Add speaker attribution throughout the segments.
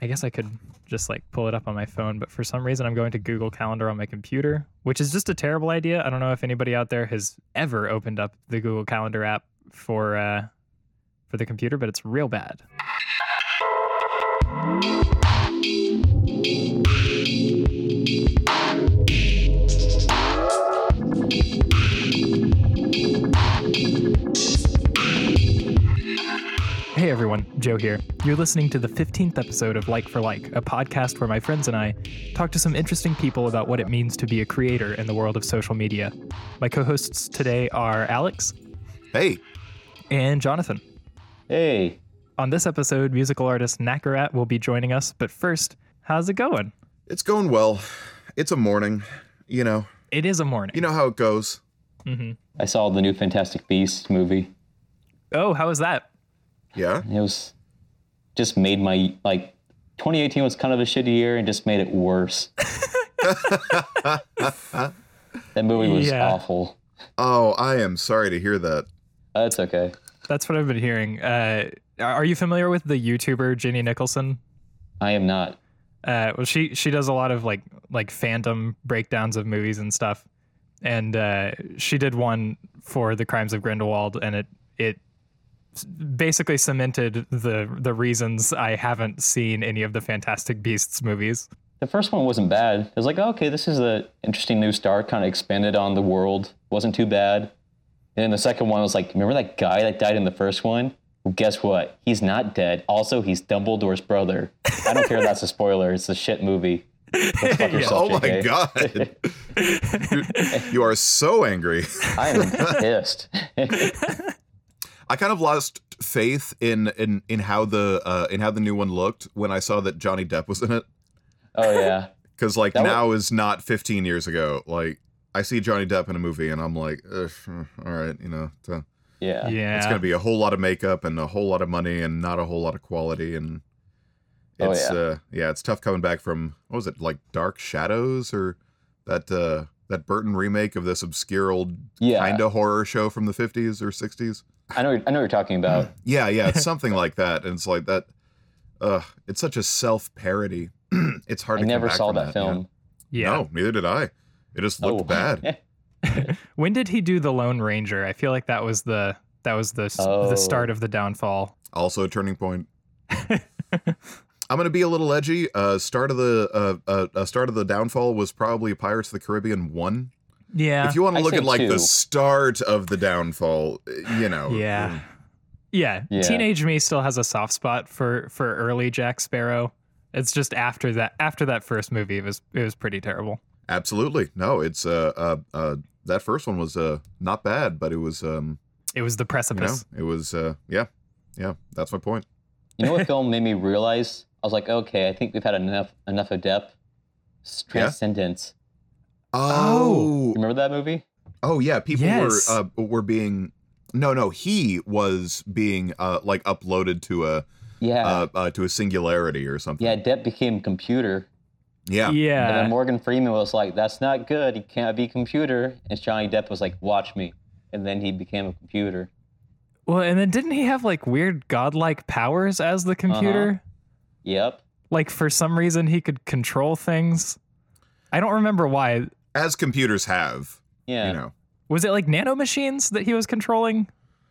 Speaker 1: I guess I could just like pull it up on my phone, but for some reason I'm going to Google Calendar on my computer, which is just a terrible idea. I don't know if anybody out there has ever opened up the Google Calendar app for uh, for the computer, but it's real bad. Hey everyone, Joe here. You're listening to the 15th episode of Like for Like, a podcast where my friends and I talk to some interesting people about what it means to be a creator in the world of social media. My co hosts today are Alex
Speaker 2: Hey,
Speaker 1: and Jonathan.
Speaker 3: Hey,
Speaker 1: On this episode, musical artist Nakarat will be joining us, but first, how's it going?
Speaker 2: it's going well. It's a morning, you know.
Speaker 1: It is a morning.
Speaker 2: You know how it goes.
Speaker 3: I saw the new Fantastic Beast movie.
Speaker 1: oh, how is that?
Speaker 2: Yeah.
Speaker 3: It was just made my like 2018 was kind of a shitty year and just made it worse. that movie was
Speaker 1: Yeah.
Speaker 3: awful.
Speaker 2: Oh, I am sorry to hear that.
Speaker 3: That's okay.
Speaker 1: That's what I've been hearing. Uh, are you familiar with the YouTuber Ginny Nicholson?
Speaker 3: I am not.
Speaker 1: uh well she she does a lot of like like fandom breakdowns of movies and stuff and uh she did one for the crimes of grindelwald and it it s- basically cemented the the reasons i haven't seen any of the fantastic beasts movies
Speaker 3: The first one wasn't bad. It was like, oh, okay, this is an interesting new start. Kind of expanded on the world. Wasn't too bad. And then the second one was like, remember that guy that died in the first one? Well, guess what? He's not dead. Also, he's Dumbledore's brother. I don't care if that's a spoiler. It's a shit movie. Go fuck yourself,
Speaker 2: oh my
Speaker 3: JK.
Speaker 2: god. You're- you are so angry.
Speaker 3: I am pissed.
Speaker 2: I kind of lost faith in in in how the uh in how the new one looked when I saw that Johnny Depp was in it
Speaker 3: oh yeah.
Speaker 2: cuz like
Speaker 3: That wa-
Speaker 2: now is not 15 years ago. Like I see Johnny Depp in a movie and I'm like, "Ugh, mm, all right, you know, t-
Speaker 3: yeah,
Speaker 1: yeah
Speaker 2: it's going to be a whole lot of makeup and a whole lot of money and not a whole lot of quality and
Speaker 3: Oh,
Speaker 2: it's
Speaker 3: yeah.
Speaker 2: uh yeah it's tough coming back from what was it like dark shadows or that uh that burton remake of this obscure old
Speaker 3: Yeah.
Speaker 2: kind of horror show from the 50s or 60s
Speaker 3: I know. I know what you're talking about.
Speaker 2: yeah yeah it's something like that and it's like that uh it's such a self-parody it's hard
Speaker 3: I
Speaker 2: to come
Speaker 3: never
Speaker 2: back
Speaker 3: saw
Speaker 2: from
Speaker 3: that,
Speaker 2: yeah.
Speaker 3: film.
Speaker 1: yeah
Speaker 2: no neither did i it just looked
Speaker 3: Oh.
Speaker 2: bad
Speaker 1: when did he do the lone ranger i feel like that was the that was the s
Speaker 3: Oh.
Speaker 1: the start of the downfall
Speaker 2: also a turning point I'm gonna be a little edgy. Uh, start of the uh, uh, uh, start of the downfall was probably Pirates of the Caribbean one.
Speaker 1: yeah
Speaker 2: if you want to
Speaker 3: I'd
Speaker 2: look
Speaker 3: say
Speaker 2: at like
Speaker 3: two.
Speaker 2: the start of the downfall, uh, you know.
Speaker 1: Yeah. Yeah.
Speaker 3: Yeah.
Speaker 1: Teenage me still has a soft spot for for early Jack Sparrow. It's just after that after that first movie it was it was pretty terrible.
Speaker 2: absolutely. No, it's uh, uh, uh, that first one was uh, not bad, but it was um,
Speaker 1: It was the
Speaker 2: you know,
Speaker 1: precipice.
Speaker 2: it was uh, yeah, yeah. That's my point.
Speaker 3: You know what film made me realize? I was like, okay, I think we've had enough enough of depth. It's
Speaker 2: Yeah?
Speaker 3: Transcendence.
Speaker 1: Oh.
Speaker 2: Oh,
Speaker 3: Remember that movie?
Speaker 2: oh yeah. People
Speaker 1: Yes.
Speaker 2: were uh, were being no, no. He was being uh, like uploaded to a
Speaker 3: Yeah.
Speaker 2: uh, uh, to a singularity or something.
Speaker 3: yeah. Depp became a computer,
Speaker 2: yeah.
Speaker 3: and then
Speaker 1: Yeah.
Speaker 3: Morgan Freeman was like, "That's not good. He can't be computer." And Johnny Depp was like, "Watch me." And then he became a computer.
Speaker 1: Well, and then didn't he have like weird godlike powers as the computer?
Speaker 3: Yep.
Speaker 1: Like for some reason he could control things. I don't remember why.
Speaker 2: As computers have,
Speaker 3: Yeah.
Speaker 2: you know.
Speaker 1: Was it like nanomachines that he was controlling?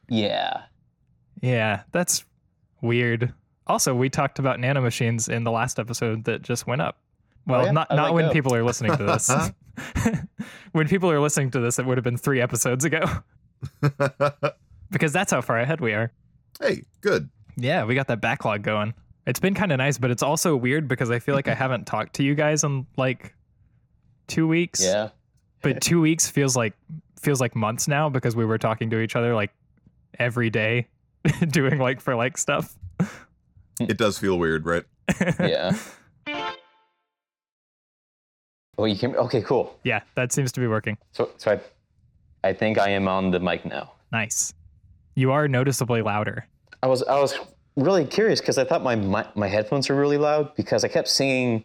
Speaker 3: Yeah.
Speaker 1: Yeah, that's weird. Also, we talked about nanomachines in the last episode that just went up. Well,
Speaker 3: Oh, yeah?
Speaker 1: not
Speaker 3: How'd
Speaker 1: not
Speaker 3: that
Speaker 1: when
Speaker 3: go?
Speaker 1: people are listening to this. when people are listening to this, it would have been three episodes ago because that's how far ahead we are.
Speaker 2: hey, good.
Speaker 1: Yeah, we got that backlog going. It's been kind of nice, but it's also weird because I feel like I haven't talked to you guys in like two weeks.
Speaker 3: Yeah.
Speaker 1: But two weeks feels like feels like months now because we were talking to each other like every day, doing like for like stuff.
Speaker 2: It does feel weird, right?
Speaker 3: yeah. Oh, you can. Okay, cool.
Speaker 1: Yeah, that seems to be working.
Speaker 3: So, so I, I think I am on the mic now.
Speaker 1: Nice. You are noticeably louder.
Speaker 3: I was, I was really curious because I thought my, my my headphones were really loud because I kept seeing,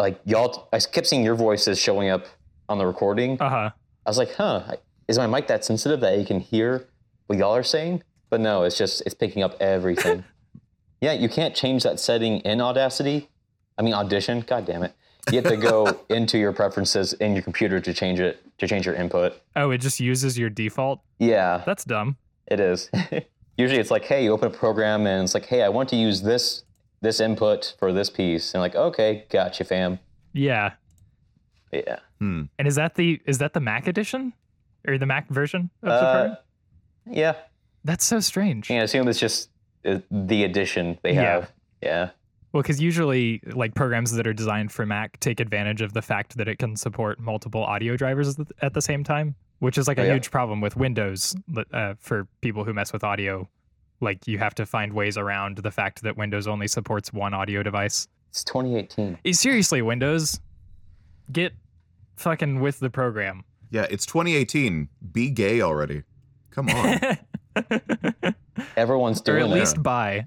Speaker 3: like y'all, I kept seeing your voices showing up on the recording.
Speaker 1: Uh huh.
Speaker 3: I was like, huh, is my mic that sensitive that you can hear what y'all are saying? But no, it's just it's picking up everything. Yeah, you can't change that setting in Audacity. I mean Audition. God damn it! You have to go into your preferences in your computer to change it to change your input.
Speaker 1: Oh, it just uses your default.
Speaker 3: Yeah,
Speaker 1: That's dumb.
Speaker 3: it is. Usually, it's like, hey, you open a program and it's like, hey, I want to use this this input for this piece, and like, okay, gotcha, fam.
Speaker 1: Yeah.
Speaker 3: Yeah.
Speaker 2: Hmm.
Speaker 1: And is that the is that the Mac edition or the Mac version of the
Speaker 3: Uh,
Speaker 1: program?
Speaker 3: Yeah.
Speaker 1: That's so strange.
Speaker 3: And I assume it's just uh, the addition they
Speaker 1: Yeah.
Speaker 3: have. Yeah.
Speaker 1: Well, because usually, like programs that are designed for Mac take advantage of the fact that it can support multiple audio drivers at the- at the same time, which is like a
Speaker 3: Oh, yeah.
Speaker 1: huge problem with Windows but, uh, for people who mess with audio. Like you have to find ways around the fact that Windows only supports one audio device.
Speaker 3: It's 2018.
Speaker 1: Eh, Seriously, Windows, get fucking with the program.
Speaker 2: Yeah, it's 2018. Be gay already. Come on.
Speaker 3: Everyone's
Speaker 1: or
Speaker 3: doing
Speaker 1: at
Speaker 3: it.
Speaker 1: least buy.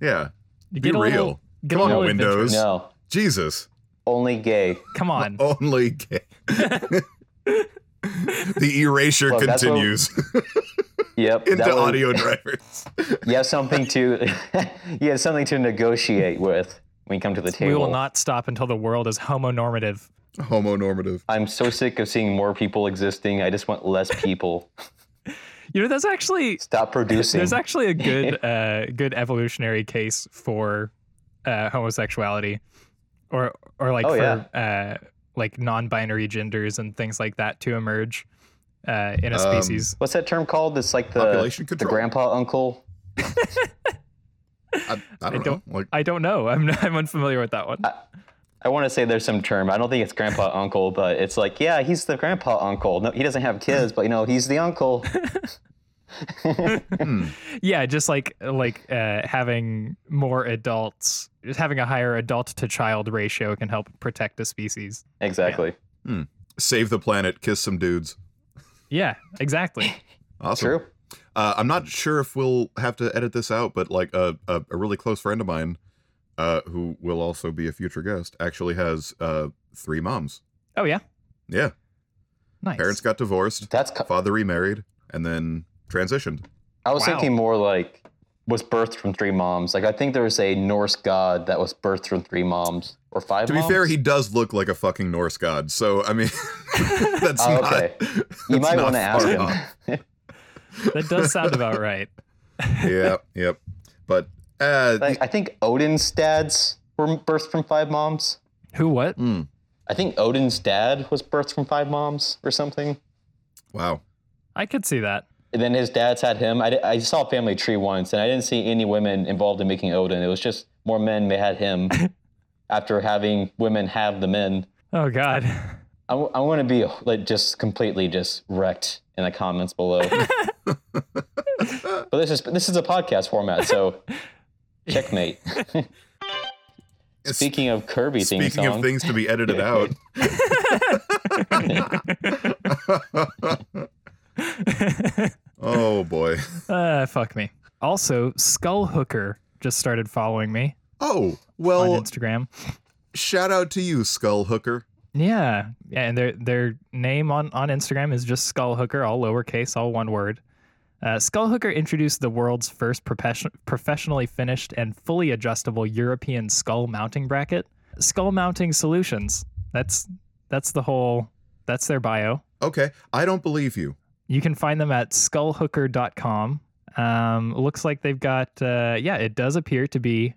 Speaker 2: yeah.
Speaker 1: Get
Speaker 2: Be
Speaker 1: a
Speaker 2: real.
Speaker 1: little- get
Speaker 2: Come
Speaker 1: a
Speaker 2: on,
Speaker 1: little adventurous.
Speaker 2: Windows.
Speaker 3: No,
Speaker 2: Jesus.
Speaker 3: only gay.
Speaker 1: Come on.
Speaker 2: Only gay. the erasure
Speaker 3: Look, that's what-
Speaker 2: continues
Speaker 3: Yep.
Speaker 2: into
Speaker 3: that was-
Speaker 2: audio drivers.
Speaker 3: You have something to. you have something to negotiate with when you come to the table.
Speaker 1: We will not stop until the world is homonormative.
Speaker 2: Homonormative.
Speaker 3: I'm so sick of seeing more people existing. I just want less people.
Speaker 1: You know, that's actually
Speaker 3: Stop producing.
Speaker 1: There's actually a good uh, good evolutionary case for uh, homosexuality, or or like
Speaker 3: Oh,
Speaker 1: for uh, like non-binary genders and things like that to emerge uh, in a
Speaker 2: Um,
Speaker 1: species.
Speaker 3: What's that term called? That's like the
Speaker 2: Population
Speaker 3: the
Speaker 2: control.
Speaker 3: grandpa uncle.
Speaker 2: I, I, don't
Speaker 1: don't-
Speaker 2: know. Like,
Speaker 1: I don't know. I'm I'm unfamiliar with that one.
Speaker 3: I want to say there's some term. I don't think it's grandpa uncle, but it's like yeah, he's the grandpa uncle. No, he doesn't have kids, but you know he's the uncle.
Speaker 2: hmm.
Speaker 1: yeah, just like like uh, having more adults, just having a higher adult to child ratio can help protect a species.
Speaker 3: Exactly.
Speaker 2: save the planet, kiss some dudes.
Speaker 1: Yeah, exactly.
Speaker 2: Awesome.
Speaker 3: True.
Speaker 2: Uh, I'm not sure if we'll have to edit this out, but like a, a, a really close friend of mine, uh, who will also be a future guest, actually has uh, three moms.
Speaker 1: Oh yeah,
Speaker 2: Yeah,
Speaker 1: nice.
Speaker 2: parents got divorced,
Speaker 3: That's. co-
Speaker 2: father remarried, and then transitioned.
Speaker 3: I was
Speaker 1: Wow.
Speaker 3: thinking more like was birthed from three moms. Like I think there's a Norse god that was birthed from three moms or five.
Speaker 2: To be fair,
Speaker 3: moms?
Speaker 2: he does look like a fucking Norse god. So I mean, that's
Speaker 3: Oh,
Speaker 2: not.
Speaker 3: okay. you
Speaker 2: that's
Speaker 3: might
Speaker 2: not
Speaker 3: want to ask
Speaker 2: far
Speaker 3: him.
Speaker 2: off.
Speaker 1: that does sound about right.
Speaker 2: yeah, yep. But uh,
Speaker 3: Like, I think Odin's dads were birthed from five moms.
Speaker 1: Who? What?
Speaker 2: mm,
Speaker 3: I think Odin's dad was birthed from five moms or something.
Speaker 2: wow.
Speaker 1: I could see that.
Speaker 3: And then his dad's had him. I, di- I saw Family Tree once, and I didn't see any women involved in making Odin. It was just more men they had him after having women have the men.
Speaker 1: Oh God.
Speaker 3: I, w- I want to be like just completely just wrecked in the comments below. but this is this is a podcast format, so checkmate.
Speaker 2: It's-
Speaker 3: Speaking of Kirby theme
Speaker 2: Speaking
Speaker 3: song,
Speaker 2: of things to be edited out. oh boy.
Speaker 1: Uh, fuck me. Also, Skull Hooker just started following me
Speaker 2: Oh,
Speaker 1: on
Speaker 2: well,
Speaker 1: Instagram.
Speaker 2: shout out to you, Skull Hooker.
Speaker 1: Yeah, yeah, and their their name on on Instagram is just Skull Hooker, all lowercase, all one word. Uh, Skull Hooker introduced the world's first profession- professionally finished and fully adjustable European skull mounting bracket. Skull mounting solutions. That's that's the whole. That's their bio.
Speaker 2: Okay, I don't believe you.
Speaker 1: You can find them at skullhooker.com. Um, looks like they've got, uh, yeah, it does appear to be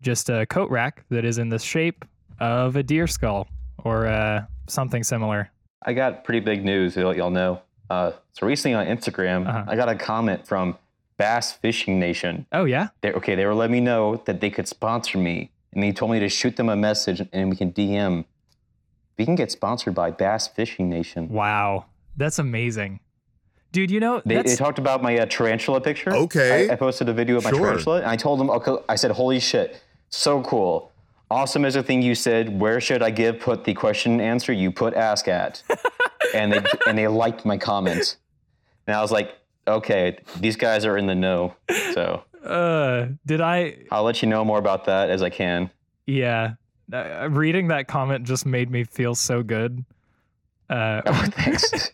Speaker 1: just a coat rack that is in the shape of a deer skull or uh, something similar.
Speaker 3: I got pretty big news to let y'all know. Uh, so recently on Instagram,
Speaker 1: Uh-huh.
Speaker 3: I got a comment from Bass Fishing Nation.
Speaker 1: Oh, yeah?
Speaker 3: They, okay, they were letting me know that they could sponsor me, and they told me to shoot them a message, and we can DM. We can get sponsored by Bass Fishing Nation.
Speaker 1: Wow. That's amazing. Dude, you know,
Speaker 3: They, they
Speaker 1: that's,
Speaker 3: talked about my uh, tarantula picture.
Speaker 2: Okay.
Speaker 3: I, I posted a video of my
Speaker 2: Sure.
Speaker 3: tarantula, and I told them, okay, I said, holy shit, so cool. Awesome is the thing you said. Where should I give? Put the question and answer you put ask at, and they and they liked my comment, and I was like, okay, these guys are in the know. So
Speaker 1: uh, did I,
Speaker 3: I'll let you know more about that as I can.
Speaker 1: yeah. Uh, reading that comment just made me feel so good. Uh,
Speaker 3: Oh, thanks.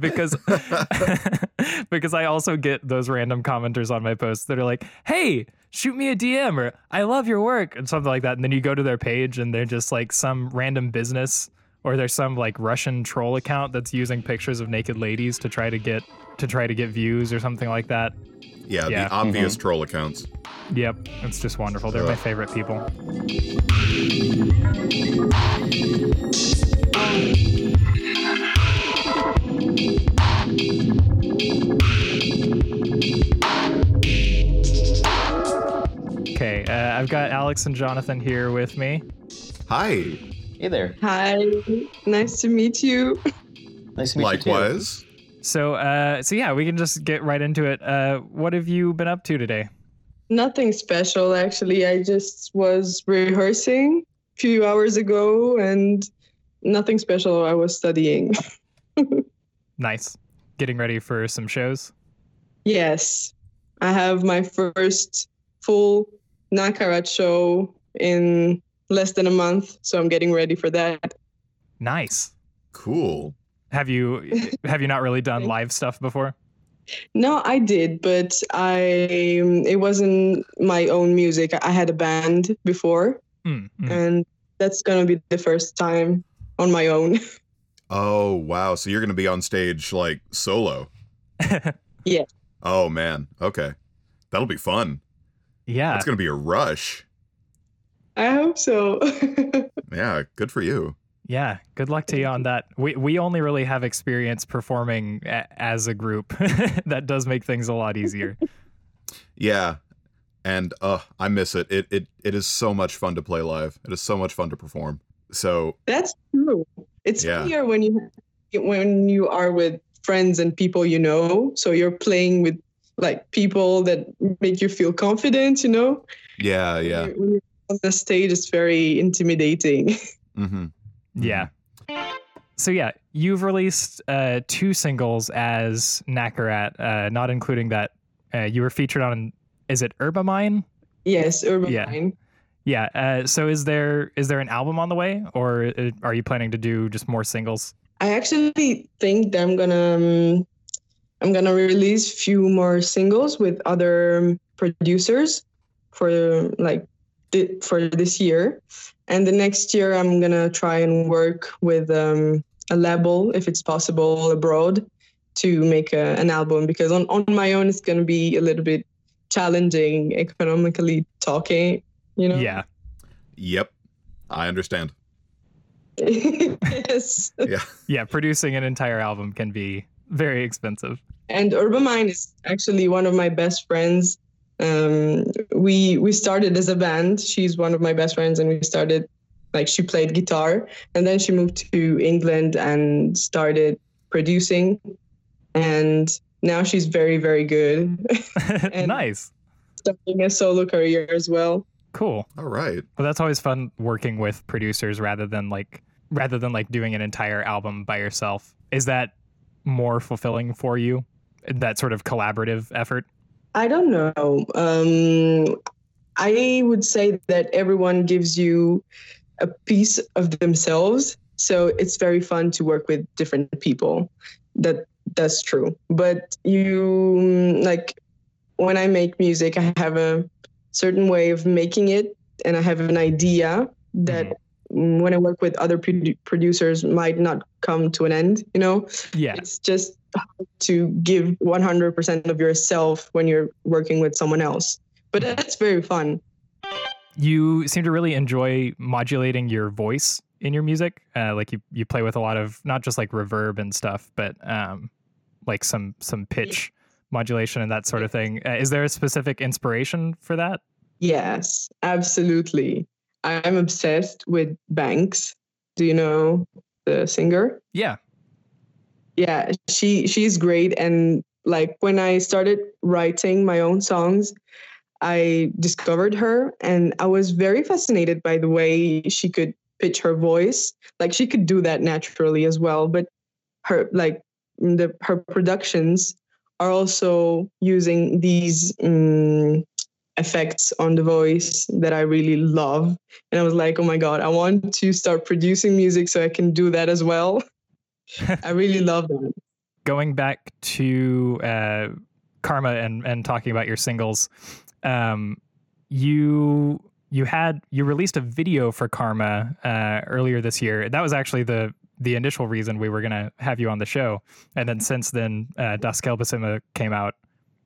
Speaker 1: because because I also get those random commenters on my posts that are like, "Hey, shoot me a DM" or "I love your work" and something like that. And then you go to their page and they're just like some random business or there's some like Russian troll account that's using pictures of naked ladies to try to get to try to get views or something like that. Yeah.
Speaker 2: Yeah,
Speaker 1: Mm-hmm.
Speaker 2: the obvious troll accounts.
Speaker 1: Yep, it's just wonderful. They're my
Speaker 2: Ugh.
Speaker 1: favorite people. Okay, uh, I've got Alex and Jonathan here with me.
Speaker 2: Hi.
Speaker 3: Hey there.
Speaker 4: Hi, nice to meet you.
Speaker 3: Nice to meet you.
Speaker 2: Likewise.
Speaker 1: So, uh, so yeah, we can just get right into it. Uh, what have you been up to today?
Speaker 4: Nothing special, actually. I just was rehearsing a few hours ago and nothing special. I was studying.
Speaker 1: Nice, getting ready for some shows.
Speaker 4: Yes, I have my first full Nakarat show in less than a month, so I'm getting ready for that.
Speaker 1: Nice.
Speaker 2: Cool.
Speaker 1: Have you have you not really done
Speaker 4: Thanks.
Speaker 1: live stuff before?
Speaker 4: No, I did, but I um, it wasn't my own music. I had a band before,
Speaker 1: Mm, mm.
Speaker 4: and that's gonna be the first time on my own.
Speaker 2: Oh wow. So you're gonna be on stage like solo.
Speaker 4: Yeah.
Speaker 2: Oh man. Okay. That'll be fun.
Speaker 1: Yeah.
Speaker 2: It's gonna be a rush.
Speaker 4: I hope so.
Speaker 2: Yeah. Good for you.
Speaker 1: Yeah, good luck to you on that. We we only really have experience performing a, as a group. that does make things a lot easier.
Speaker 2: Yeah. And uh, I miss it. It it it is so much fun to play live. It is so much fun to perform. So
Speaker 4: that's true. It's
Speaker 2: Yeah.
Speaker 4: funnier when you when you are with friends and people you know. So you're playing with like people that make you feel confident. You know,
Speaker 2: yeah, yeah.
Speaker 4: When you're on the stage, it's very intimidating.
Speaker 2: Mm-hmm.
Speaker 1: Yeah. So yeah, you've released uh, two singles as Nakarat, uh, not including that uh, you were featured on. Is it Urbamine?
Speaker 4: yes, Urban
Speaker 1: Yeah.
Speaker 4: Vine.
Speaker 1: Yeah. Uh, so is there is there an album on the way, or uh, are you planning to do just more singles?
Speaker 4: I actually think that I'm gonna um, I'm gonna release few more singles with other um, producers for like thi- for this year, and the next year I'm gonna try and work with um, a label if it's possible abroad to make a, an album because on on my own it's gonna be a little bit challenging economically talking, you know.
Speaker 1: Yeah.
Speaker 2: Yep. I understand.
Speaker 4: yes.
Speaker 2: Yeah.
Speaker 1: Yeah. Producing an entire album can be very expensive.
Speaker 4: and Urbamine is actually one of my best friends. Um, we we started as a band. She's one of my best friends, and we started like she played guitar, and then she moved to England and started producing, and now she's very very good, And-
Speaker 1: nice.
Speaker 4: starting a solo career as well.
Speaker 1: Cool.
Speaker 2: All right.
Speaker 1: Well, that's always fun working with producers rather than like rather than like doing an entire album by yourself. Is that more fulfilling for you? That sort of collaborative effort.
Speaker 4: I don't know. Um, I would say that everyone gives you a piece of themselves, so it's very fun to work with different people. That that's true. But you mm, like when I make music, I have a certain way of making it, and I have an idea that mm, when I work with other produ- producers might not come to an end. You know,
Speaker 1: Yeah.
Speaker 4: it's just hard to give 100% of yourself when you're working with someone else but that's very fun
Speaker 1: You seem to really enjoy modulating your voice in your music. Uh, like you, you play with a lot of not just like reverb and stuff, but um, like some some pitch modulation and that sort of thing. Uh, is there a specific inspiration for that?
Speaker 4: yes absolutely i'm obsessed with banks do you know the singer
Speaker 1: Yeah.
Speaker 4: yeah she she's great and like when i started writing my own songs i discovered her and i was very fascinated by the way she could pitch her voice like she could do that naturally as well but her like mm, the her productions are also using these um, effects on the voice that i really love and i was like oh my god i want to start producing music so i can do that as well I really love that.
Speaker 1: Going back to uh, Karma and and talking about your singles, um, you you had you released a video for Karma uh, earlier this year. That was actually the the initial reason we were gonna have you on the show, and then since then, uh, Das Kelbasima came out.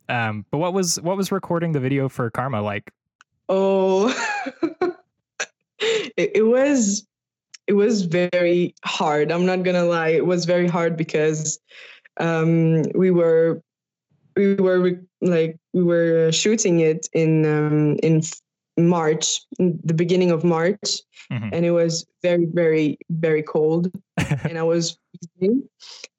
Speaker 1: Um, but what was what was recording the video for Karma like?
Speaker 4: Oh, it, it was it was very hard. I'm not gonna lie, it was very hard because um, we were we were re- like we were shooting it in um, in f- March, in the beginning of March,
Speaker 1: Mhm.
Speaker 4: and it was very very very cold, and I was freezing.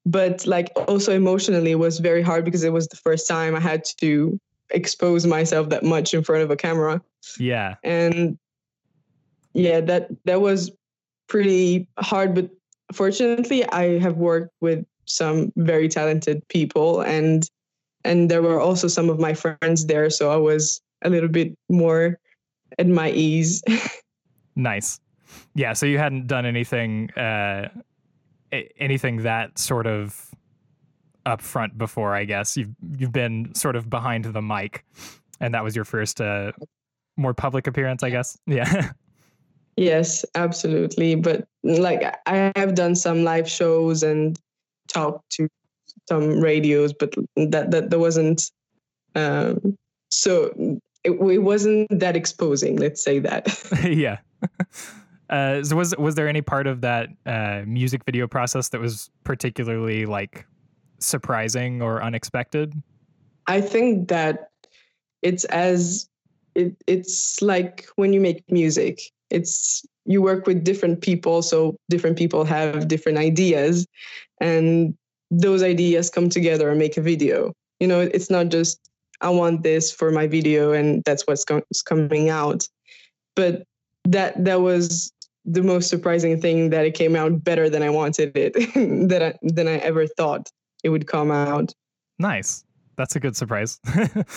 Speaker 4: But like also emotionally, it was very hard because it was the first time I had to expose myself that much in front of a camera
Speaker 1: Yeah,
Speaker 4: and yeah that that was pretty hard but fortunately i have worked with some very talented people and and there were also some of my friends there so i was a little bit more at my ease
Speaker 1: nice. Yeah, so you hadn't done anything uh, a- anything that sort of upfront before, I guess. You've you've been sort of behind the mic, and that was your first uh, more public appearance, I guess. Yeah.
Speaker 4: yes absolutely but like i have done some live shows and talked to some radios but that that, that wasn't um so it, it wasn't that exposing let's say that
Speaker 1: yeah. Uh, so was was there any part of that uh, music video process that was particularly like surprising or unexpected?
Speaker 4: I think that it's as it, it's like when you make music. It's you work with different people, so different people have different ideas, and those ideas come together and make a video. You know, it's not just I want this for my video and that's what's com- is coming out. But that that was the most surprising thing that it came out better than I wanted it, that I, than I ever thought it would come out
Speaker 1: Nice. That's a good surprise.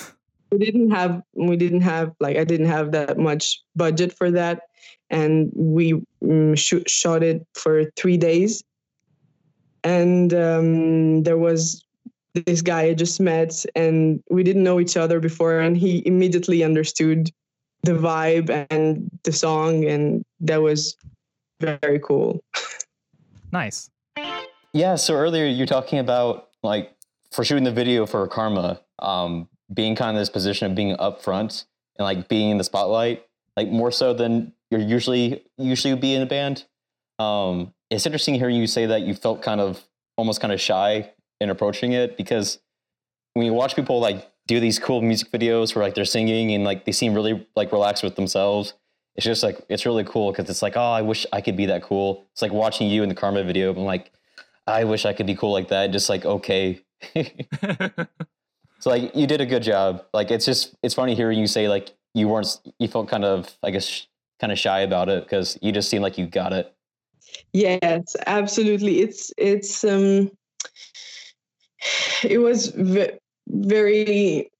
Speaker 4: we didn't have we didn't have like I didn't have that much budget for that, and we um, shoot, shot it for three days. And um, there was this guy I just met, and we didn't know each other before, and he immediately understood the vibe and the song, and that was very cool.
Speaker 1: nice.
Speaker 3: Yeah, so earlier you're talking about like for shooting the video for Karma, um, being kind of this position of being upfront and like being in the spotlight, like more so than you're usually usually would be in a band. Um, it's interesting hearing you say that you felt kind of almost kind of shy in approaching it because when you watch people like do these cool music videos where like they're singing and like they seem really like relaxed with themselves, it's just like it's really cool because it's like oh I wish I could be that cool. It's like watching you in the Karma video. I'm like. I wish I could be cool like that. Just like okay. so like you did a good job. Like it's just it's funny hearing you say like you weren't you felt kind of I guess kind of shy about it because you just seemed like you got it.
Speaker 4: Yes, absolutely. It's it's um it was ve- very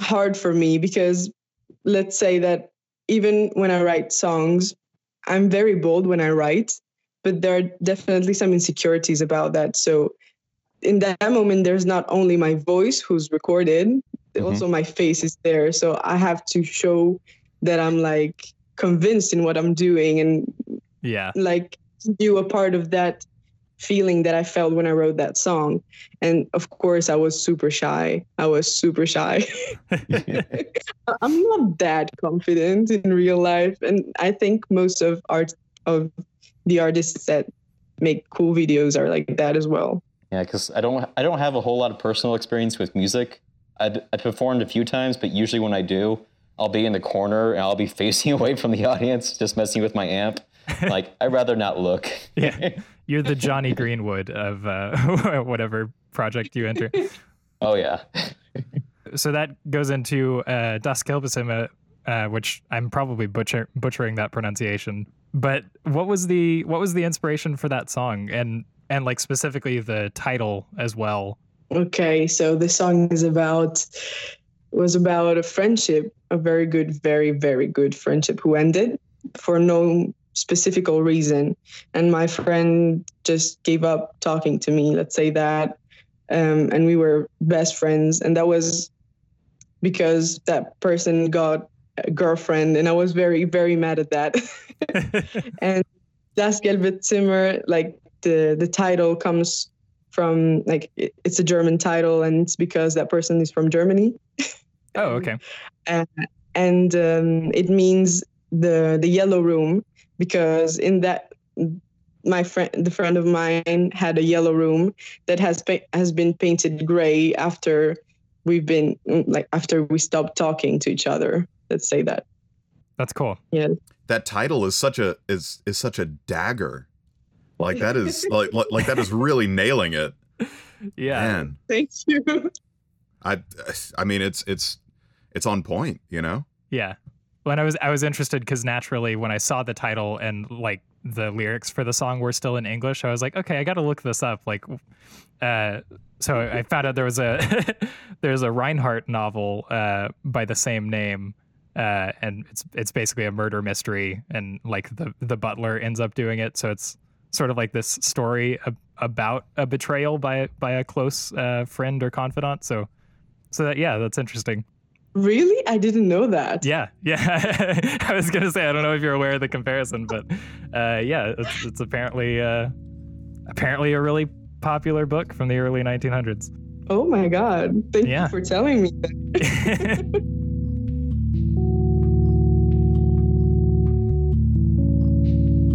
Speaker 4: hard for me because let's say that even when I write songs, I'm very bold when I write, but there are definitely some insecurities about that. So in that moment there's not only my voice who's recorded,
Speaker 3: Mhm.
Speaker 4: also my face is there. So I have to show that I'm like convinced in what I'm doing and
Speaker 1: Yeah.
Speaker 4: like you a part of that feeling that I felt when I wrote that song. And of course, I was super shy. I was super shy. I'm not that confident in real life, and I think most of art of the artists that make cool videos are like that as well.
Speaker 3: Yeah, because I don't I don't have a whole lot of personal experience with music. I've, I've performed a few times, but usually when I do, I'll be in the corner and I'll be facing away from the audience, just messing with my amp. Like I'd rather not look.
Speaker 1: Yeah. You're the Johnny Greenwood of uh, whatever project you enter.
Speaker 3: oh yeah.
Speaker 1: so that goes into uh, Das Kelbisima, uh, which I'm probably butcher- butchering that pronunciation. But what was the what was the inspiration for that song and and like specifically the title as well?
Speaker 4: Okay, so the song is about was about a friendship, a very good, very very good friendship who ended for no specific reason and my friend just gave up talking to me let's say that um, and we were best friends and that was because that person got a girlfriend and i was very very mad at that
Speaker 1: Oh,
Speaker 4: and das gelbe zimmer like the the title comes from like it- it's a german title and it's because that person is from germany
Speaker 1: oh, okay.
Speaker 4: and um, it means the the yellow room because in that my friend the friend of mine had a yellow room that has pa- has been painted gray after we've been mm, like after we stopped talking to each other let's say that
Speaker 1: That's cool.
Speaker 2: that title is such a is is such a dagger. Like that is like like like that is really nailing it.
Speaker 1: Yeah.
Speaker 2: Man,
Speaker 4: thank you
Speaker 2: I I mean it's it's it's on point, you know?
Speaker 1: Yeah. When I was I was interested because naturally when I saw the title and like the lyrics for the song were still in English, I was like, okay, I got to look this up. Like, uh, so I found out there was a there's a Reinhardt novel uh, by the same name, uh, and it's it's basically a murder mystery, and like the the butler ends up doing it. So it's sort of like this story ab- about a betrayal by by a close uh, friend or confidant. So so that yeah, that's interesting.
Speaker 4: really i didn't know that
Speaker 1: Yeah, yeah. I was gonna say I don't know if you're aware of the comparison, but uh, yeah, it's, it's apparently uh, apparently a really popular book from the early 1900s.
Speaker 4: oh my god thank
Speaker 1: Yeah.
Speaker 4: you for telling me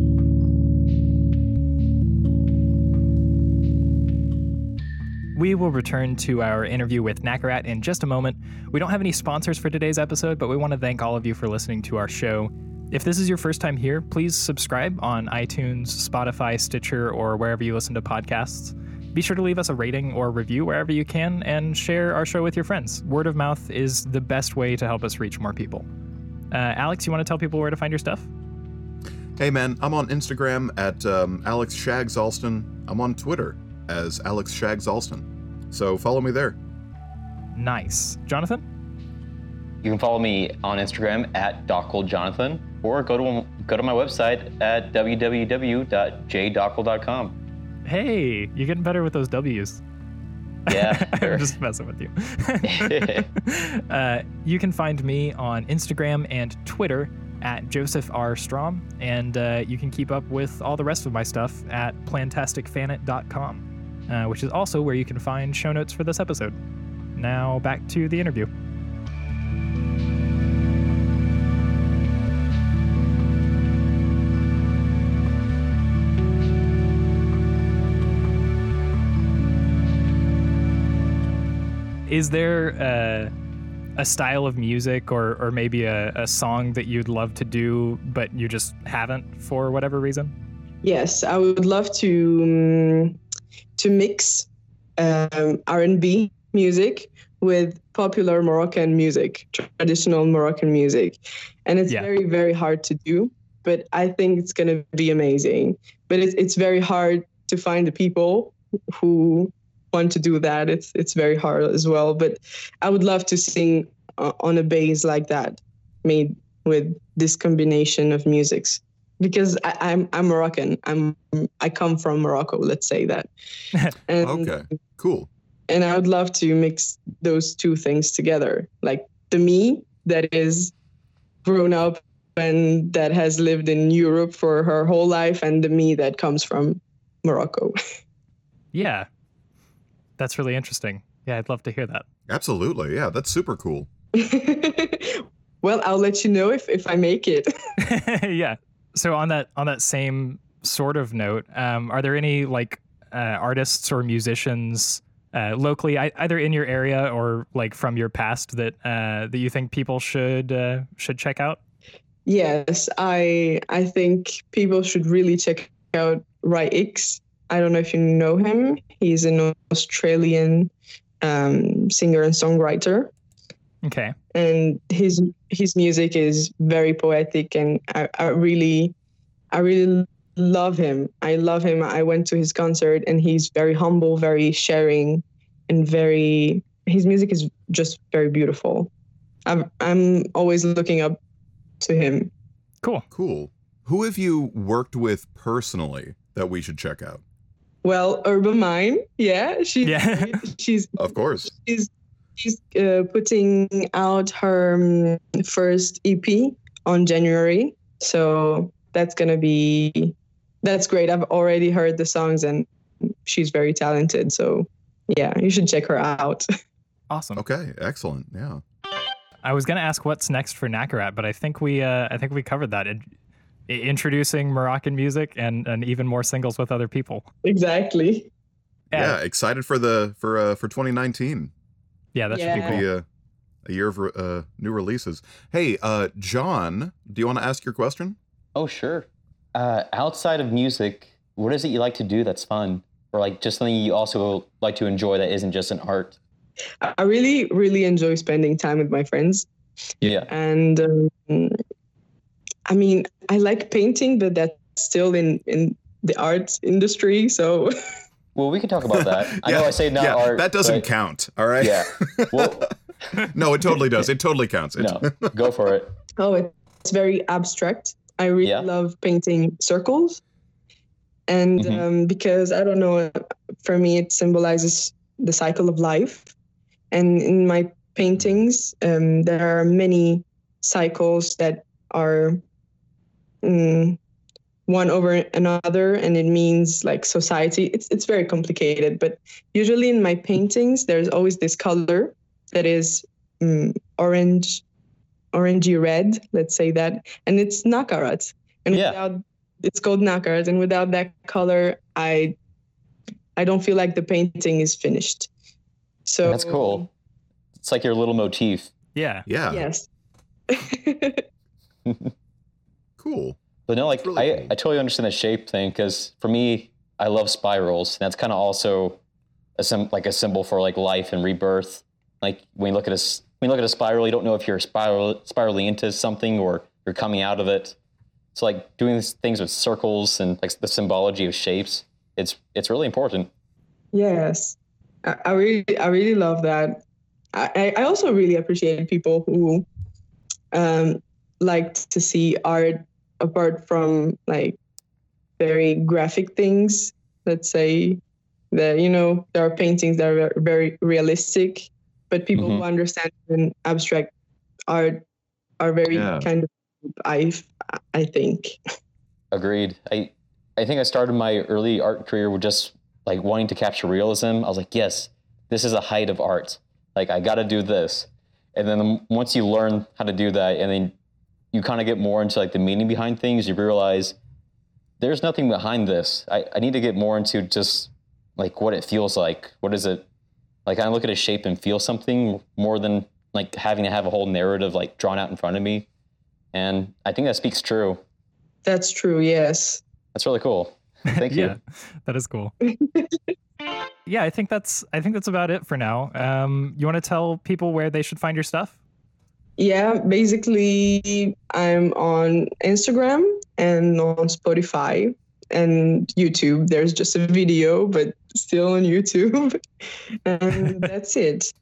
Speaker 1: We will return to our interview with Nakarat in just a moment. We don't have any sponsors for today's episode, but we want to thank all of you for listening to our show. If this is your first time here, please subscribe on iTunes, Spotify, Stitcher, or wherever you listen to podcasts. Be sure to leave us a rating or review wherever you can and share our show with your friends. Word of mouth is the best way to help us reach more people. Uh, Alex, you want to tell people where to find your stuff?
Speaker 2: Hey man, I'm on Instagram at um, Alex Shags Alston. I'm on Twitter as Alex Shags Alston. So follow me there.
Speaker 1: Nice. Jonathan?
Speaker 3: You can follow me on Instagram at DockelJonathan or go to go to my website at www.jdockel.com.
Speaker 1: Hey, you're getting better with those W's.
Speaker 3: Yeah.
Speaker 1: I'm
Speaker 3: sure.
Speaker 1: just messing with you. uh, you can find me on Instagram and Twitter at Joseph R. Strom, and uh, you can keep up with all the rest of my stuff at plantasticfanit.com, uh, which is also where you can find show notes for this episode. Now back to the interview. Is there a, a style of music or, or maybe a, a song that you'd love to do, but you just haven't for whatever reason?
Speaker 4: Yes, I would love to um, to mix um, R&B music with popular Moroccan music, traditional Moroccan music, and it's
Speaker 1: Yeah.
Speaker 4: very very hard to do. But I think it's going to be amazing. But it's it's very hard to find the people who want to do that. It's it's very hard as well. But I would love to sing uh, on a bass like that, made with this combination of musics because I, I'm I'm Moroccan. I'm I come from Morocco. Let's say that. And,
Speaker 2: Okay, cool.
Speaker 4: And I would love to mix those two things together, like the me that is grown up and that has lived in Europe for her whole life, and the me that comes from Morocco.
Speaker 1: Yeah. That's really interesting. Yeah, I'd love to hear that.
Speaker 2: Absolutely. Yeah, that's super cool.
Speaker 4: well, I'll let you know if if I make it.
Speaker 1: yeah. So on that on that same sort of note, um, are there any like uh, artists or musicians uh, locally, I, either in your area or like from your past, that uh, that you think people should uh, should check out?
Speaker 4: Yes, I I think people should really check out Rai X. I don't know if you know him. He's an Australian um, singer and songwriter,
Speaker 1: Okay.
Speaker 4: and his his music is very poetic, and I, I really I really love him. I love him. I went to his concert, and he's very humble, very sharing, and very his music is just very beautiful. I'm I'm always looking up to him.
Speaker 1: Cool.
Speaker 2: Cool. Who have you worked with personally that we should check out?
Speaker 4: Well, Urba Mine, yeah, she,
Speaker 1: Yeah.
Speaker 4: she's
Speaker 2: Of course.
Speaker 4: she's she's uh, putting out her um, first EP on January, so that's gonna be that's great. I've already heard the songs, and she's very talented. So yeah, you should check her out.
Speaker 1: Awesome.
Speaker 2: Okay, excellent. Yeah.
Speaker 1: I was gonna ask what's next for Nakarat, but I think we uh, I think we covered that. In- introducing Moroccan music and, and even more singles with other people.
Speaker 4: exactly.
Speaker 2: Yeah, excited for the for uh for 2019.
Speaker 1: Yeah, that should
Speaker 4: Yeah.
Speaker 1: be
Speaker 2: Be
Speaker 1: cool.
Speaker 2: a, a year of uh, new releases. Hey, uh John, do you want to ask your question?
Speaker 3: Oh, sure. Uh, outside of music, what is it you like to do that's fun? Or like just something you also like to enjoy that isn't just an art?
Speaker 4: I really really enjoy spending time with my friends.
Speaker 3: Yeah.
Speaker 4: and um, I mean, I like painting, but that's still in in the arts industry. So
Speaker 3: Well, we can talk about that. I know I say not
Speaker 2: yeah,
Speaker 3: art.
Speaker 2: That doesn't
Speaker 3: but-
Speaker 2: count. All right.
Speaker 3: Yeah. Well,
Speaker 2: no, it totally does. It totally counts. It,
Speaker 3: no, go for it.
Speaker 4: oh, it's very abstract. I really
Speaker 3: Yeah.
Speaker 4: love painting circles, and
Speaker 3: Mhm.
Speaker 4: um, because I don't know, for me it symbolizes the cycle of life, and in my paintings um, there are many cycles that are mm, one over another and it means like society it's it's very complicated but usually in my paintings there's always this color that is mm, orange orangey red let's say that and it's nakarat and
Speaker 3: Yeah.
Speaker 4: without it's called nakarat and without that color i i don't feel like the painting is finished so
Speaker 3: That's cool. It's like your little motif.
Speaker 1: Yeah.
Speaker 2: Yeah.
Speaker 4: Yes.
Speaker 2: Cool.
Speaker 3: But no, like
Speaker 2: It's really
Speaker 3: I,
Speaker 2: cool.
Speaker 3: I totally understand the shape thing because for me, I love spirals, and that's kind of also a sim- like a symbol for like life and rebirth. Like when you look at a s- when you look at a spiral, you don't know if you're spiral spiraling into something or you're coming out of it. So like doing these things with circles and like the symbology of shapes, it's it's really important.
Speaker 4: yes. I, I really I really love that. I, I I also really appreciate people who um like to see art apart from like very graphic things. Let's say that you know there are paintings that are very realistic, but people who understand an abstract art are very
Speaker 2: Yeah.
Speaker 4: kind of I I think.
Speaker 3: Agreed. I I think I started my early art career with just like wanting to capture realism. I was like, yes, this is a height of art. Like I got to do this. And then once you learn how to do that, and then you kind of get more into like the meaning behind things, you realize there's nothing behind this. I, I need to get more into just like what it feels like. What is it? Like I look at a shape and feel something more than like having to have a whole narrative like drawn out in front of me. And I think that speaks true.
Speaker 4: That's true, yes.
Speaker 3: That's really cool. Thank you.
Speaker 1: yeah that is cool yeah i think that's i think that's about it for now um you want to tell people where they should find your stuff
Speaker 4: Yeah, basically, I'm on Instagram and on Spotify and YouTube. There's just a video, but still on YouTube. and that's it.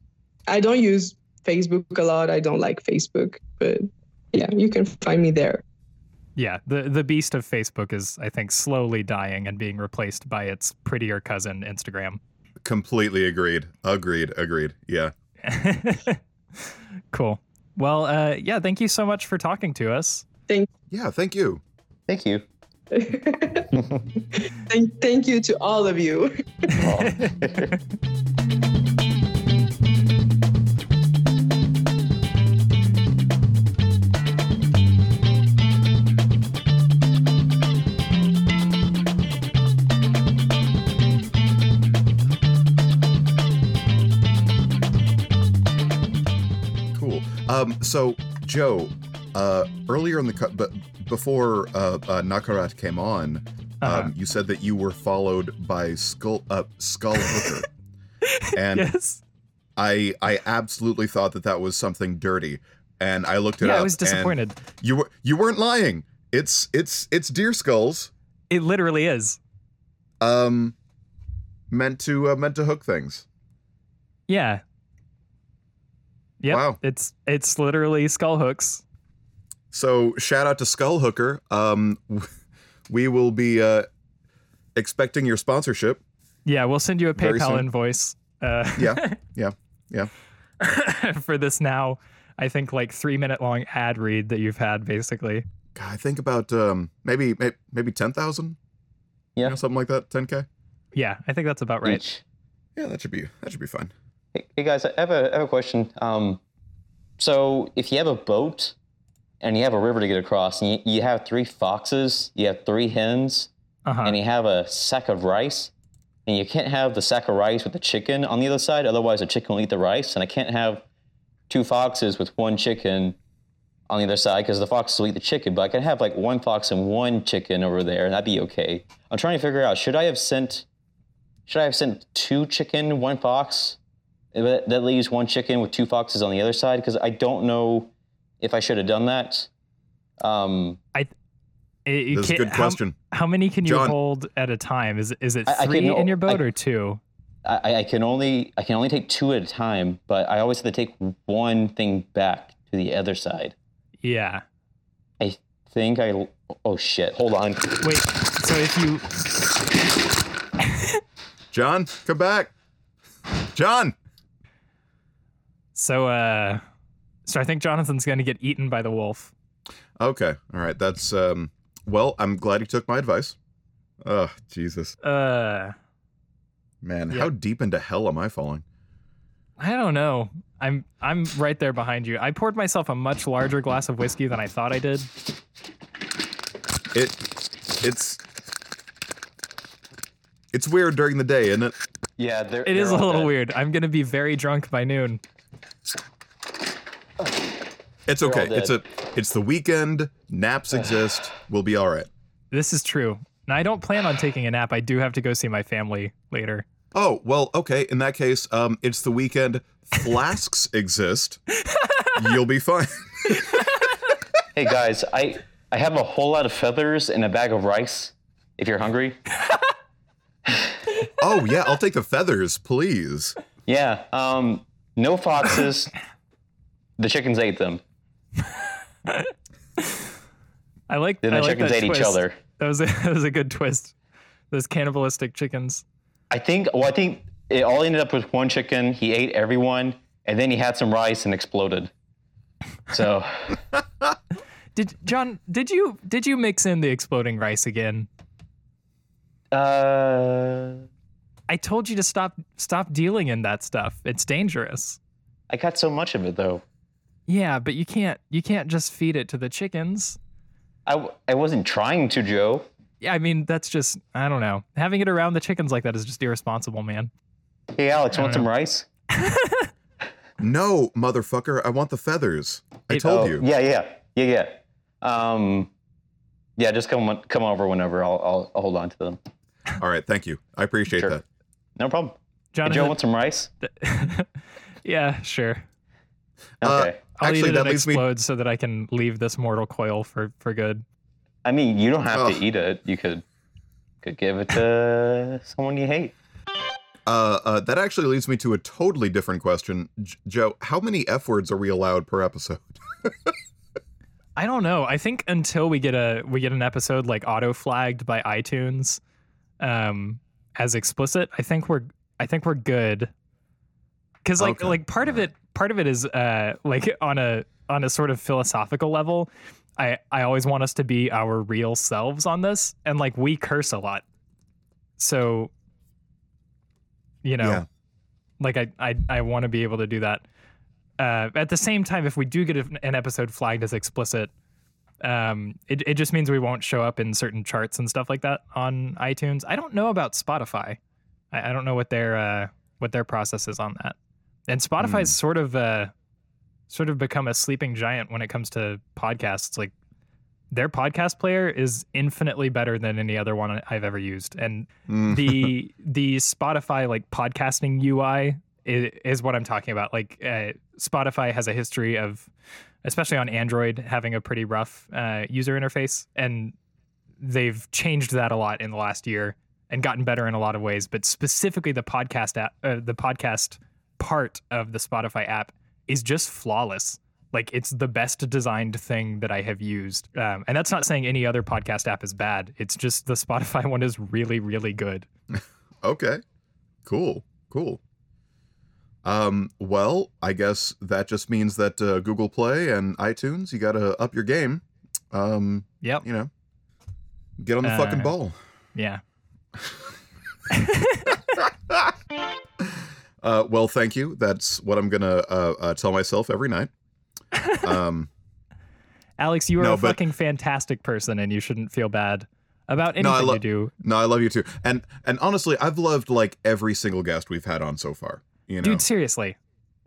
Speaker 4: I don't use Facebook a lot. I don't like Facebook, but yeah, you can find me there.
Speaker 1: yeah the the beast of facebook is i think slowly dying and being replaced by its prettier cousin instagram
Speaker 2: Completely agreed. Agreed. Agreed. Yeah.
Speaker 1: cool well uh yeah thank you so much for talking to us
Speaker 2: Yeah. Thank you.
Speaker 3: Thank you.
Speaker 4: thank, thank you to all of you.
Speaker 3: Aw.
Speaker 2: Cool. Um, so, Joe, uh, earlier in the cut, but before uh, uh, Nakarat came on,
Speaker 1: Uh-huh.
Speaker 2: um, you said that you were followed by Skull uh, Skull Hooker, and
Speaker 1: yes
Speaker 2: I I absolutely thought that that was something dirty, and I looked it
Speaker 1: yeah
Speaker 2: up.
Speaker 1: i was
Speaker 2: and
Speaker 1: disappointed
Speaker 2: You were you weren't lying. It's it's it's deer skulls.
Speaker 1: it literally is
Speaker 2: Um, meant to uh, meant to hook things.
Speaker 1: yeah yeah
Speaker 2: Wow.
Speaker 1: it's it's literally skull hooks
Speaker 2: So shout out to Skull Hooker. Um, we will be uh, expecting your sponsorship.
Speaker 1: Yeah, we'll send you a
Speaker 2: Very
Speaker 1: PayPal
Speaker 2: soon.
Speaker 1: invoice. Uh,
Speaker 2: Yeah, yeah, yeah.
Speaker 1: for this now, I think like three minute long ad read that you've had basically.
Speaker 2: God, I think about um, maybe may- maybe ten thousand.
Speaker 3: Yeah.
Speaker 2: you know, something like that. Ten k.
Speaker 1: Yeah, I think that's about right.
Speaker 3: each.
Speaker 2: Yeah, that should be that should be fine.
Speaker 3: Hey, hey guys, I have a, I have a question. Um, so if you have a boat and you have a river to get across, and you, you have three foxes, you have three hens,
Speaker 1: Uh huh.
Speaker 3: and you have a sack of rice, and you can't have the sack of rice with the chicken on the other side, otherwise the chicken will eat the rice, and I can't have two foxes with one chicken on the other side because the foxes will eat the chicken, but I can have like one fox and one chicken over there, and that'd be okay. I'm trying to figure out should I have sent should I have sent two chicken, one fox? That that leaves one chicken with two foxes on the other side because I don't know if I should have done that. Um,
Speaker 1: Eh, You
Speaker 2: That's a
Speaker 1: can't-
Speaker 2: good
Speaker 1: how-
Speaker 2: question.
Speaker 1: How, many can you
Speaker 2: John.
Speaker 1: hold at a time? Is is it
Speaker 3: I- I can
Speaker 1: three in
Speaker 3: hold-
Speaker 1: your boat
Speaker 3: I-
Speaker 1: or two?
Speaker 3: I, I can only I can only take two at a time, but I always have to take one thing back to the other side.
Speaker 1: Yeah.
Speaker 3: I think I oh shit, hold on.
Speaker 1: Wait. So if you
Speaker 2: John, come back. John.
Speaker 1: so uh so I think Jonathan's gonna get eaten by the wolf.
Speaker 2: Okay. All right. That's um. Well, I'm glad you took my advice. Oh Jesus,
Speaker 1: Uh,
Speaker 2: man,
Speaker 1: Yeah.
Speaker 2: how deep into hell am I falling?
Speaker 1: I don't know. I'm I'm right there behind you. I poured myself a much larger glass of whiskey than I thought I did.
Speaker 2: It, it's, it's weird during the day, isn't it?
Speaker 3: Yeah, there
Speaker 1: It is a little weird. I'm gonna be very drunk by noon.
Speaker 2: It's
Speaker 3: all
Speaker 2: okay. It's a,
Speaker 3: dead.
Speaker 2: it's the weekend. Naps exist. We'll be all right.
Speaker 1: This is true. Now I don't plan on taking a nap. I do have to go see my family later.
Speaker 2: Oh well, okay. In that case, um, it's the weekend. Flasks exist. You'll be fine.
Speaker 3: Hey guys, I I have a whole lot of feathers and a bag of rice. If you're hungry,
Speaker 2: Oh yeah, I'll take the feathers, please.
Speaker 3: yeah. Um, no foxes. the chickens ate them.
Speaker 1: I like.
Speaker 3: Then
Speaker 1: I
Speaker 3: the
Speaker 1: like
Speaker 3: chickens
Speaker 1: that
Speaker 3: ate each
Speaker 1: twist.
Speaker 3: other.
Speaker 1: That was a, that was a good twist. Those cannibalistic chickens.
Speaker 3: I think. Well, I think it all ended up with one chicken. He ate everyone, and then he had some rice and exploded. So
Speaker 1: Did John? Did you did you mix in the exploding rice again?
Speaker 3: uh,
Speaker 1: I told you to stop stop dealing in that stuff. It's dangerous.
Speaker 3: I got so much of it though.
Speaker 1: Yeah, but you can't you can't just feed it to the chickens.
Speaker 3: I, w- I wasn't trying to, Joe.
Speaker 1: Yeah, I mean that's just I don't know. Having it around the chickens like that is just irresponsible, man.
Speaker 3: Hey, Alex, want
Speaker 1: don't
Speaker 2: Mm.
Speaker 3: some rice?
Speaker 2: No, motherfucker, I want the feathers. I
Speaker 1: It-
Speaker 2: told
Speaker 3: Oh,
Speaker 2: you.
Speaker 3: Yeah, yeah, yeah, yeah. Um, yeah, just come on- come over whenever. I'll, I'll I'll hold on to them.
Speaker 2: All right, thank you. I appreciate
Speaker 3: Sure.
Speaker 2: that.
Speaker 3: No problem. Hey,
Speaker 1: Jonathan,
Speaker 3: Joe, want some rice?
Speaker 1: yeah, sure.
Speaker 2: Uh,
Speaker 3: Okay.
Speaker 1: I'll
Speaker 2: Actually,
Speaker 1: eat it
Speaker 2: that
Speaker 1: and
Speaker 2: leaves me.
Speaker 1: explode so that I can leave this mortal coil for for good.
Speaker 3: I mean, you don't have
Speaker 2: Oh.
Speaker 3: to eat it. You could could give it to someone you hate.
Speaker 2: Uh, uh, that actually leads me to a totally different question, J- Joe. How many f words are we allowed per episode?
Speaker 1: I don't know. I think until we get a we get an episode like auto flagged by iTunes um as explicit, I think we're I think we're good. Cuz like
Speaker 2: Okay.
Speaker 1: like part of it part of it is uh like on a on a sort of philosophical level, I I always want us to be our real selves on this and like we curse a lot. So you know,
Speaker 2: Yeah.
Speaker 1: like I I I want to be able to do that uh, at the same time, if we do get a- an episode flagged as explicit, um, it, it just means we won't show up in certain charts and stuff like that on iTunes. I don't know about Spotify. I, I don't know what their uh, what their process is on that. And Spotify's sort of uh, sort of become a sleeping giant when it comes to podcasts. Like their podcast player is infinitely better than any other one I've ever used, and
Speaker 2: Mm.
Speaker 1: the the Spotify like podcasting UI is, is what I'm talking about. Like uh, Spotify has a history of, especially on Android, having a pretty rough uh, user interface, and they've changed that a lot in the last year and gotten better in a lot of ways. But specifically, the podcast app, uh, the podcast part of the Spotify app is just flawless. Like it's the best designed thing that I have used. Um, and that's not saying any other podcast app is bad. It's just the Spotify one is really, really good.
Speaker 2: Okay. Cool. Cool. Um, well, I guess that just means that uh, Google Play and iTunes, you got to up your game. Um,
Speaker 1: Yep.
Speaker 2: you know, get on the
Speaker 1: Uh,
Speaker 2: fucking ball.
Speaker 1: Yeah.
Speaker 2: Uh, well, thank you. That's what I'm gonna uh, uh, tell myself every night. Um,
Speaker 1: Alex, you are
Speaker 2: No,
Speaker 1: a
Speaker 2: but-
Speaker 1: fucking fantastic person and you shouldn't feel bad about anything
Speaker 2: No, I lo-
Speaker 1: you do.
Speaker 2: no, I love you too. And and honestly, I've loved like every single guest we've had on so far. You know,
Speaker 1: Dude, seriously.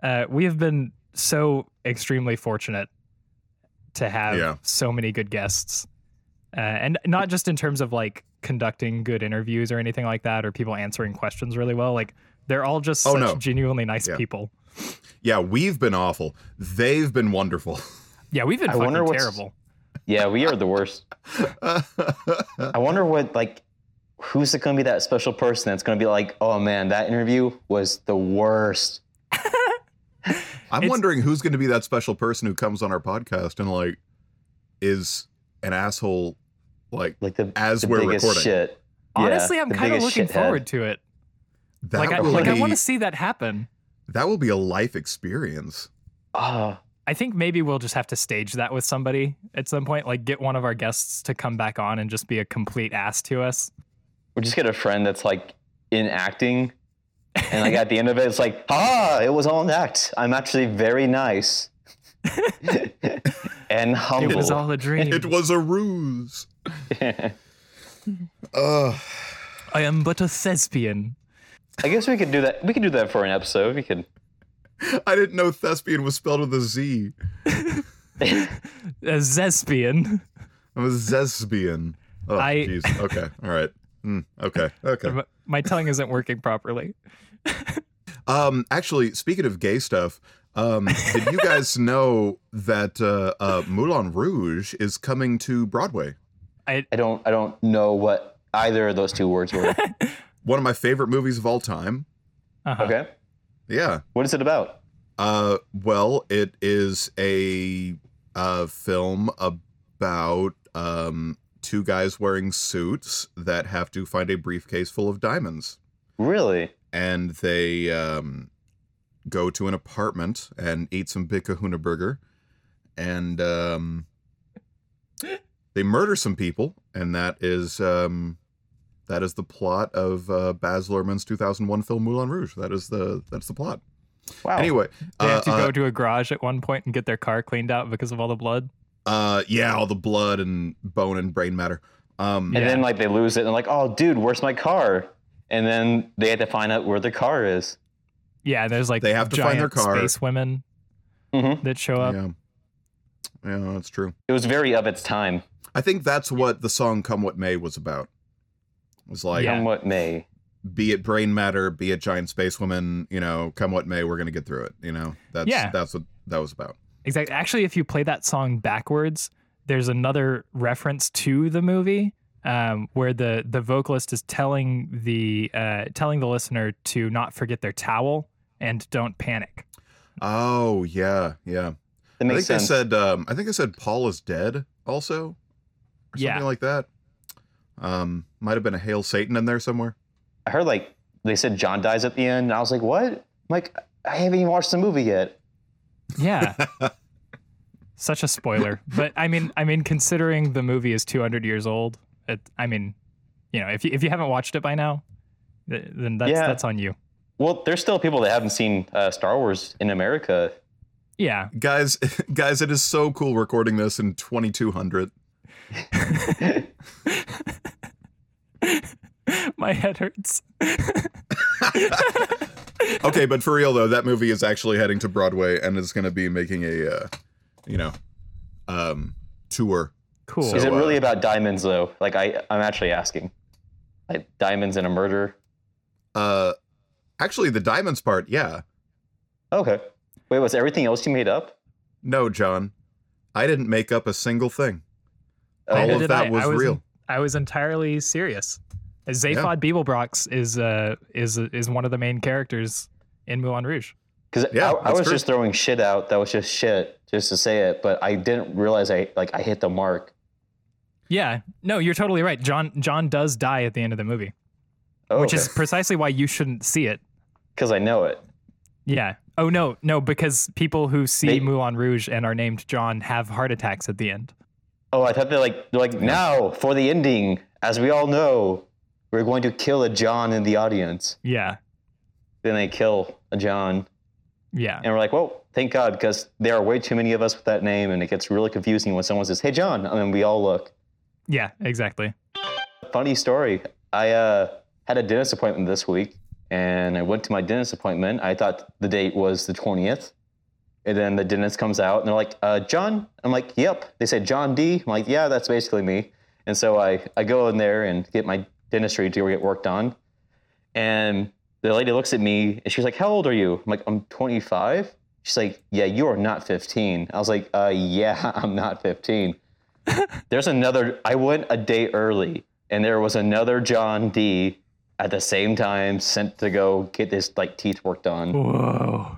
Speaker 1: Uh, we have been so extremely fortunate to have
Speaker 2: Yeah.
Speaker 1: so many good guests. Uh, and not just in terms of like conducting good interviews or anything like that or people answering questions really well. Like they're all just
Speaker 2: Oh,
Speaker 1: such
Speaker 2: no.
Speaker 1: genuinely nice
Speaker 2: Yeah.
Speaker 1: people.
Speaker 2: yeah, we've been awful. They've been wonderful.
Speaker 1: Yeah, we've been
Speaker 3: I wonder
Speaker 1: fucking
Speaker 3: what's-
Speaker 1: terrible.
Speaker 3: Yeah, we are the worst. I wonder what like who's going to be that special person that's going to be like, oh man, that interview was the worst.
Speaker 2: I'm
Speaker 1: It's-
Speaker 2: wondering who's going to be that special person who comes on our podcast and like is an asshole. Like
Speaker 3: Like the
Speaker 2: As
Speaker 3: the
Speaker 2: we're
Speaker 3: biggest
Speaker 2: recording.
Speaker 3: shit. Yeah,
Speaker 1: Honestly, I'm
Speaker 3: the
Speaker 1: kind of
Speaker 3: biggest
Speaker 1: looking
Speaker 3: shithead.
Speaker 1: forward to it.
Speaker 2: that
Speaker 1: like I,
Speaker 2: will
Speaker 1: like I
Speaker 2: be
Speaker 1: want to see that happen.
Speaker 2: that will be a life experience.
Speaker 3: Ah,
Speaker 1: I think maybe we'll just have to stage that with somebody at some point. Like get one of our guests to come back on and just be a complete ass to us.
Speaker 3: we just get a friend that's like in acting, and like at the end of it, it's like, ah, it was all an act. I'm actually very nice and humble.
Speaker 1: It was all a dream.
Speaker 2: It was a ruse. Ugh.
Speaker 1: I am but a thespian.
Speaker 3: I guess we could do that. We could do that for an episode. We could.
Speaker 2: I didn't know thespian was spelled with a Z.
Speaker 1: A zespian.
Speaker 2: I'm a zesbian. Oh,
Speaker 1: I-
Speaker 2: jeez. Okay. All right. Mm, okay. Okay.
Speaker 1: My tongue isn't working properly.
Speaker 2: Um, actually, speaking of gay stuff, um, did you guys know that uh, uh, Moulin Rouge is coming to Broadway?
Speaker 3: I don't. I don't know what either of those two words were.
Speaker 2: One of my favorite movies of all time.
Speaker 1: Uh-huh.
Speaker 3: Okay.
Speaker 2: Yeah.
Speaker 3: What is it about?
Speaker 2: Uh, well, it is a uh, film about um, two guys wearing suits that have to find a briefcase full of diamonds.
Speaker 3: Really?
Speaker 2: and they um, go to an apartment and eat some big kahuna burger and um, they murder some people and that is um, that is the plot of uh, Baz Luhrmann's 2001 film Moulin Rouge that is the that's the plot
Speaker 3: Wow.
Speaker 2: anyway
Speaker 1: Oh. They
Speaker 2: uh,
Speaker 1: have to
Speaker 2: uh,
Speaker 1: go to a garage at one point and get their car cleaned out because of all the blood.
Speaker 2: uh, yeah all the blood and bone and brain matter um,
Speaker 3: And
Speaker 1: Yeah.
Speaker 3: then like they lose it and like, oh dude, where's my car? And then they have to find out where the car is.
Speaker 1: Yeah, there's like
Speaker 2: They have to find their
Speaker 1: giant
Speaker 2: car.
Speaker 1: Space women
Speaker 3: Mhm.
Speaker 1: that show up.
Speaker 2: yeah yeah that's true
Speaker 3: It was very of its time.
Speaker 2: I think that's what the song "Come What May" was about It was like
Speaker 1: Yeah.
Speaker 3: Come what may.
Speaker 2: be it brain matter, be it giant space women, you know, come what may, we're gonna get through it. You know, that's
Speaker 1: Yeah.
Speaker 2: that's what that was about.
Speaker 1: Exactly. Actually, if you play that song backwards, there's another reference to the movie um, where the the vocalist is telling the uh, telling the listener to not forget their towel and don't panic.
Speaker 2: Oh yeah, yeah.
Speaker 3: That
Speaker 2: I think
Speaker 3: makes sense.
Speaker 2: they said, um, I think they said Paul is dead also, or
Speaker 1: Yeah.
Speaker 2: something like that. Um, might have been a hail Satan in there somewhere.
Speaker 3: I heard like they said John dies at the end, and I was like, what? I'm like, I haven't even watched the movie yet.
Speaker 1: Yeah. Such a spoiler. But I mean, I mean, considering the movie is 200 years old, it, I mean, you know, if you, if you haven't watched it by now, th- then that's
Speaker 3: Yeah.
Speaker 1: that's on you.
Speaker 3: Well, there's still people that haven't seen uh, Star Wars in America.
Speaker 1: Yeah.
Speaker 2: Guys, guys, it is so cool recording this in 2200.
Speaker 1: My head hurts.
Speaker 2: Okay, but for real though, that movie is actually heading to Broadway and is gonna be making a, uh, you know, um, tour.
Speaker 1: Cool.
Speaker 2: So-
Speaker 3: Is it
Speaker 2: uh,
Speaker 3: really about diamonds though? Like I, I'm actually asking. Like diamonds and a murder.
Speaker 2: Uh, actually, the diamonds part, yeah.
Speaker 3: Okay. Wait, was everything else you made up?
Speaker 2: No, John. I didn't make up a single thing.
Speaker 3: Oh,
Speaker 2: All
Speaker 1: Neither
Speaker 2: of
Speaker 1: did
Speaker 2: that
Speaker 1: I.
Speaker 2: was,
Speaker 1: I was-
Speaker 2: real.
Speaker 1: I was entirely serious. Zaphod Beeblebrox is uh is is one of the main characters in Moulin Rouge.
Speaker 3: Because
Speaker 2: Yeah,
Speaker 3: I, I
Speaker 2: that's
Speaker 3: was
Speaker 2: true.
Speaker 3: just throwing shit out that was just shit, just to say it, but I didn't realize I like I hit the mark.
Speaker 1: Yeah. No, you're totally right. John John does die at the end of the movie,
Speaker 3: Oh,
Speaker 1: which is precisely why you shouldn't see it.
Speaker 3: because I know it.
Speaker 1: Yeah. Oh no, no, because people who see
Speaker 3: They-
Speaker 1: Moulin Rouge and are named John have heart attacks at the end.
Speaker 3: Oh, I thought they're like they're like now for the ending. As we all know, we're going to kill a John in the audience.
Speaker 1: Yeah.
Speaker 3: Then they kill a John,
Speaker 1: Yeah.
Speaker 3: and we're like, well, thank God, because there are way too many of us with that name, and it gets really confusing when someone says, "Hey, John," and then we all look.
Speaker 1: Yeah, exactly.
Speaker 3: Funny story. I uh, had a dentist appointment this week, and I went to my dentist appointment. I thought the date was the 20th. And then the dentist comes out, and they're like, uh, John? I'm like, yep. They said, John D? I'm like, yeah, that's basically me. And so I, I go in there and get my dentistry to get worked on. And the lady looks at me, and she's like, how old are you? I'm like, I'm 25. She's like, yeah, you are not 15. I was like, uh, yeah, I'm not 15 there's another i went a day early and there was another john d at the same time sent to go get his like teeth worked on
Speaker 1: Whoa.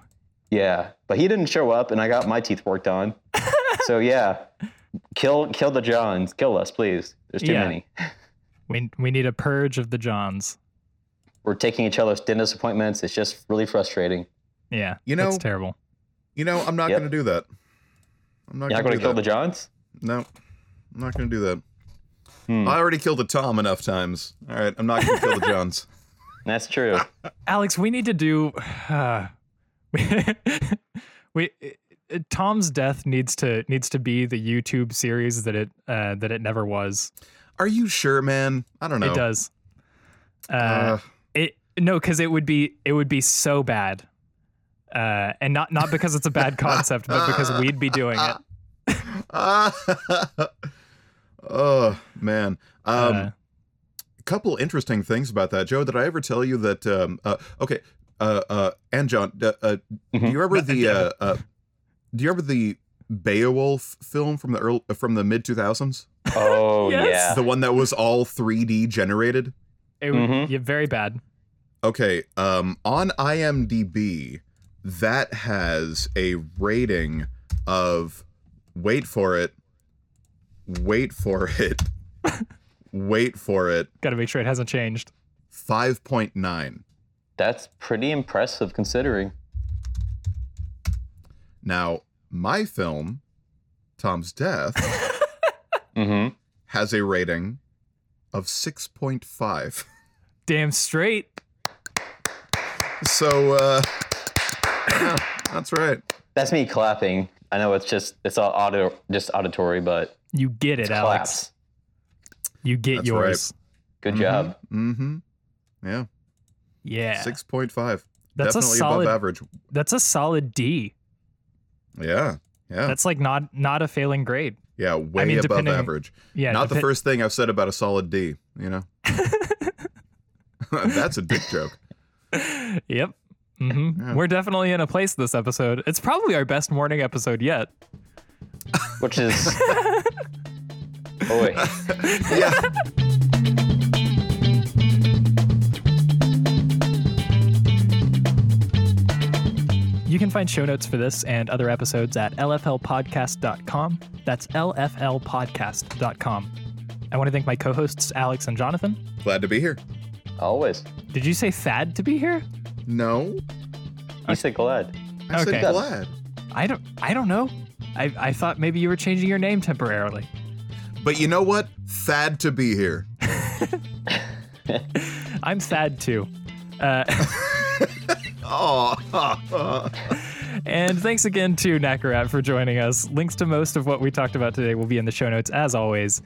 Speaker 3: yeah but he didn't show up and i got my teeth worked on so yeah kill kill the johns kill us please there's too
Speaker 1: Yeah.
Speaker 3: many
Speaker 1: We we need a purge of the Johns.
Speaker 3: we're taking each other's dentist appointments it's just really frustrating
Speaker 1: Yeah.
Speaker 2: You
Speaker 1: that's
Speaker 2: know-
Speaker 1: terrible.
Speaker 2: You know, I'm not
Speaker 3: Yep.
Speaker 2: going to do that. I'm not
Speaker 3: you're
Speaker 2: going
Speaker 3: not going
Speaker 2: to
Speaker 3: to kill
Speaker 2: do that.
Speaker 3: the johns
Speaker 2: no, I'm not going to do that.
Speaker 3: Hmm.
Speaker 2: I already killed a Tom enough times. All right, I'm not going to kill the Johns.
Speaker 3: that's true
Speaker 1: Alex, we need to do. Uh, we uh, Tom's death needs to needs to be the YouTube series that it uh, that it never was.
Speaker 2: Are you sure, man? I don't know.
Speaker 1: It does. Uh,
Speaker 2: Oh. Uh,
Speaker 1: it no, because it would be it would be so bad, uh, and not not because it's a bad concept, but because we'd be doing it.
Speaker 2: Uh, oh man. Um,
Speaker 1: Uh,
Speaker 2: a couple interesting things about that, Joe. Did I ever tell you that? Um, uh, okay, uh, uh, and John, uh, uh, do
Speaker 3: Mhm.
Speaker 2: you remember the? Uh, uh, do you remember the Beowulf film from the early, from the mid two thousands?
Speaker 3: oh
Speaker 1: Yes.
Speaker 2: The one that was all three D generated.
Speaker 1: it would
Speaker 3: mhm.
Speaker 1: yeah, very bad.
Speaker 2: Okay, um, on IMDb, that has a rating of wait for it, wait for it, wait for it,
Speaker 1: Got to make sure it hasn't changed.
Speaker 2: 5.9.
Speaker 3: yeah that's pretty impressive considering
Speaker 2: Now, my film, Tom's Death,
Speaker 3: mm-hmm.
Speaker 2: has a rating of 6.5.
Speaker 1: Damn straight.
Speaker 2: So, uh, yeah, that's right.
Speaker 3: that's me clapping i know it's just it's all audio just auditory but
Speaker 1: You get it, Alex.
Speaker 3: claps
Speaker 1: You get
Speaker 2: That's right.
Speaker 1: yours.
Speaker 3: Good
Speaker 1: Mm-hmm.
Speaker 3: job.
Speaker 2: Mm hmm. Yeah,
Speaker 1: Yeah.
Speaker 2: 6.5.
Speaker 1: that's a
Speaker 2: Definitely
Speaker 1: solid.
Speaker 2: above average.
Speaker 1: That's a solid D.
Speaker 2: Yeah. Yeah.
Speaker 1: That's like not not a failing grade.
Speaker 2: yeah. Way
Speaker 1: mean,
Speaker 2: above
Speaker 1: depending-
Speaker 2: average.
Speaker 1: Yeah.
Speaker 2: Not the
Speaker 1: depe-
Speaker 2: first thing I've said about a solid D, you know? that's a dick joke.
Speaker 1: yep. hmm
Speaker 2: Yeah.
Speaker 1: We're definitely in a place this episode. It's probably our best morning episode yet.
Speaker 3: Which is. Boy.
Speaker 2: Yeah.
Speaker 1: You can find show notes for this and other episodes at lflpodcast.com. That's lflpodcast.com. I want to thank my co-hosts Alex and Jonathan.
Speaker 2: Glad to be here.
Speaker 3: Always.
Speaker 1: Did you say fad to be here?
Speaker 2: No,
Speaker 3: You said glad.
Speaker 2: I
Speaker 1: Okay.
Speaker 2: said glad.
Speaker 1: I don't I don't know. I, I thought maybe you were changing your name temporarily.
Speaker 2: But you know what? Thad to be here.
Speaker 1: I'm sad too. Uh,
Speaker 2: Oh,
Speaker 1: And thanks again to Nakarat for joining us. Links to most of what we talked about today will be in the show notes, as always.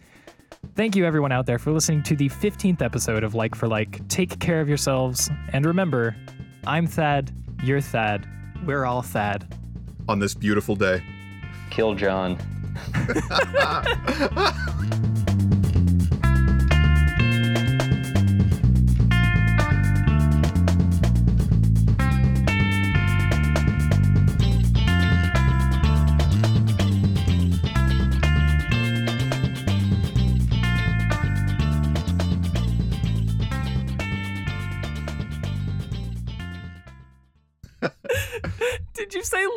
Speaker 1: Thank you, everyone out there, for listening to the 15th episode of Like for Like. Take care of yourselves, and remember, I'm Thad, you're Thad, we're all Thad.
Speaker 2: on this beautiful day.
Speaker 3: Kill John.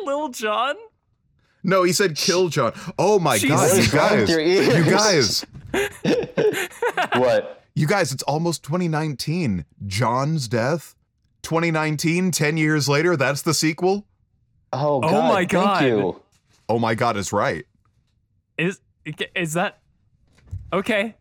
Speaker 1: Lil John?
Speaker 2: No, he said kill John. Oh my god,
Speaker 1: Jesus.
Speaker 2: you guys.
Speaker 3: Your
Speaker 2: You
Speaker 3: ears.
Speaker 2: guys.
Speaker 3: what?
Speaker 2: You guys, it's almost 2019. John's death. 2019, 10 years later, that's the sequel.
Speaker 3: Oh, God,
Speaker 1: my
Speaker 3: thank
Speaker 1: God.
Speaker 3: you.
Speaker 2: Oh my god, it's right.
Speaker 1: Is is that okay?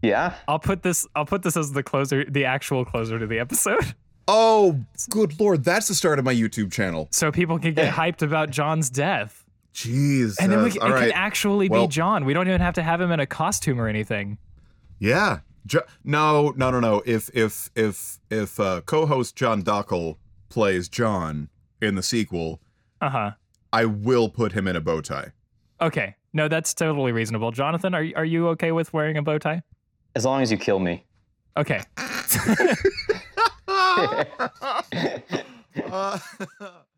Speaker 3: Yeah.
Speaker 1: I'll put this. I'll put this as the closer, the actual closer to the episode,
Speaker 2: Oh, good lord, that's the start of my YouTube channel.
Speaker 1: so people can get hyped about John's death,
Speaker 2: Jeez.
Speaker 1: and then we,
Speaker 2: that's-
Speaker 1: c- it
Speaker 2: all
Speaker 1: can
Speaker 2: right.
Speaker 1: actually
Speaker 2: Well-
Speaker 1: be John. We don't even have to have him in a costume or anything.
Speaker 2: Yeah. Jo- no, no, no, no. If if if if uh, co-host John Dockel plays John in the sequel,
Speaker 1: Uh huh.
Speaker 2: I will put him in a bow tie.
Speaker 1: Okay. No, that's totally reasonable. Jonathan, are are you okay with wearing a bow tie?
Speaker 3: As long as you kill me.
Speaker 1: Okay.
Speaker 2: Ah! Uh,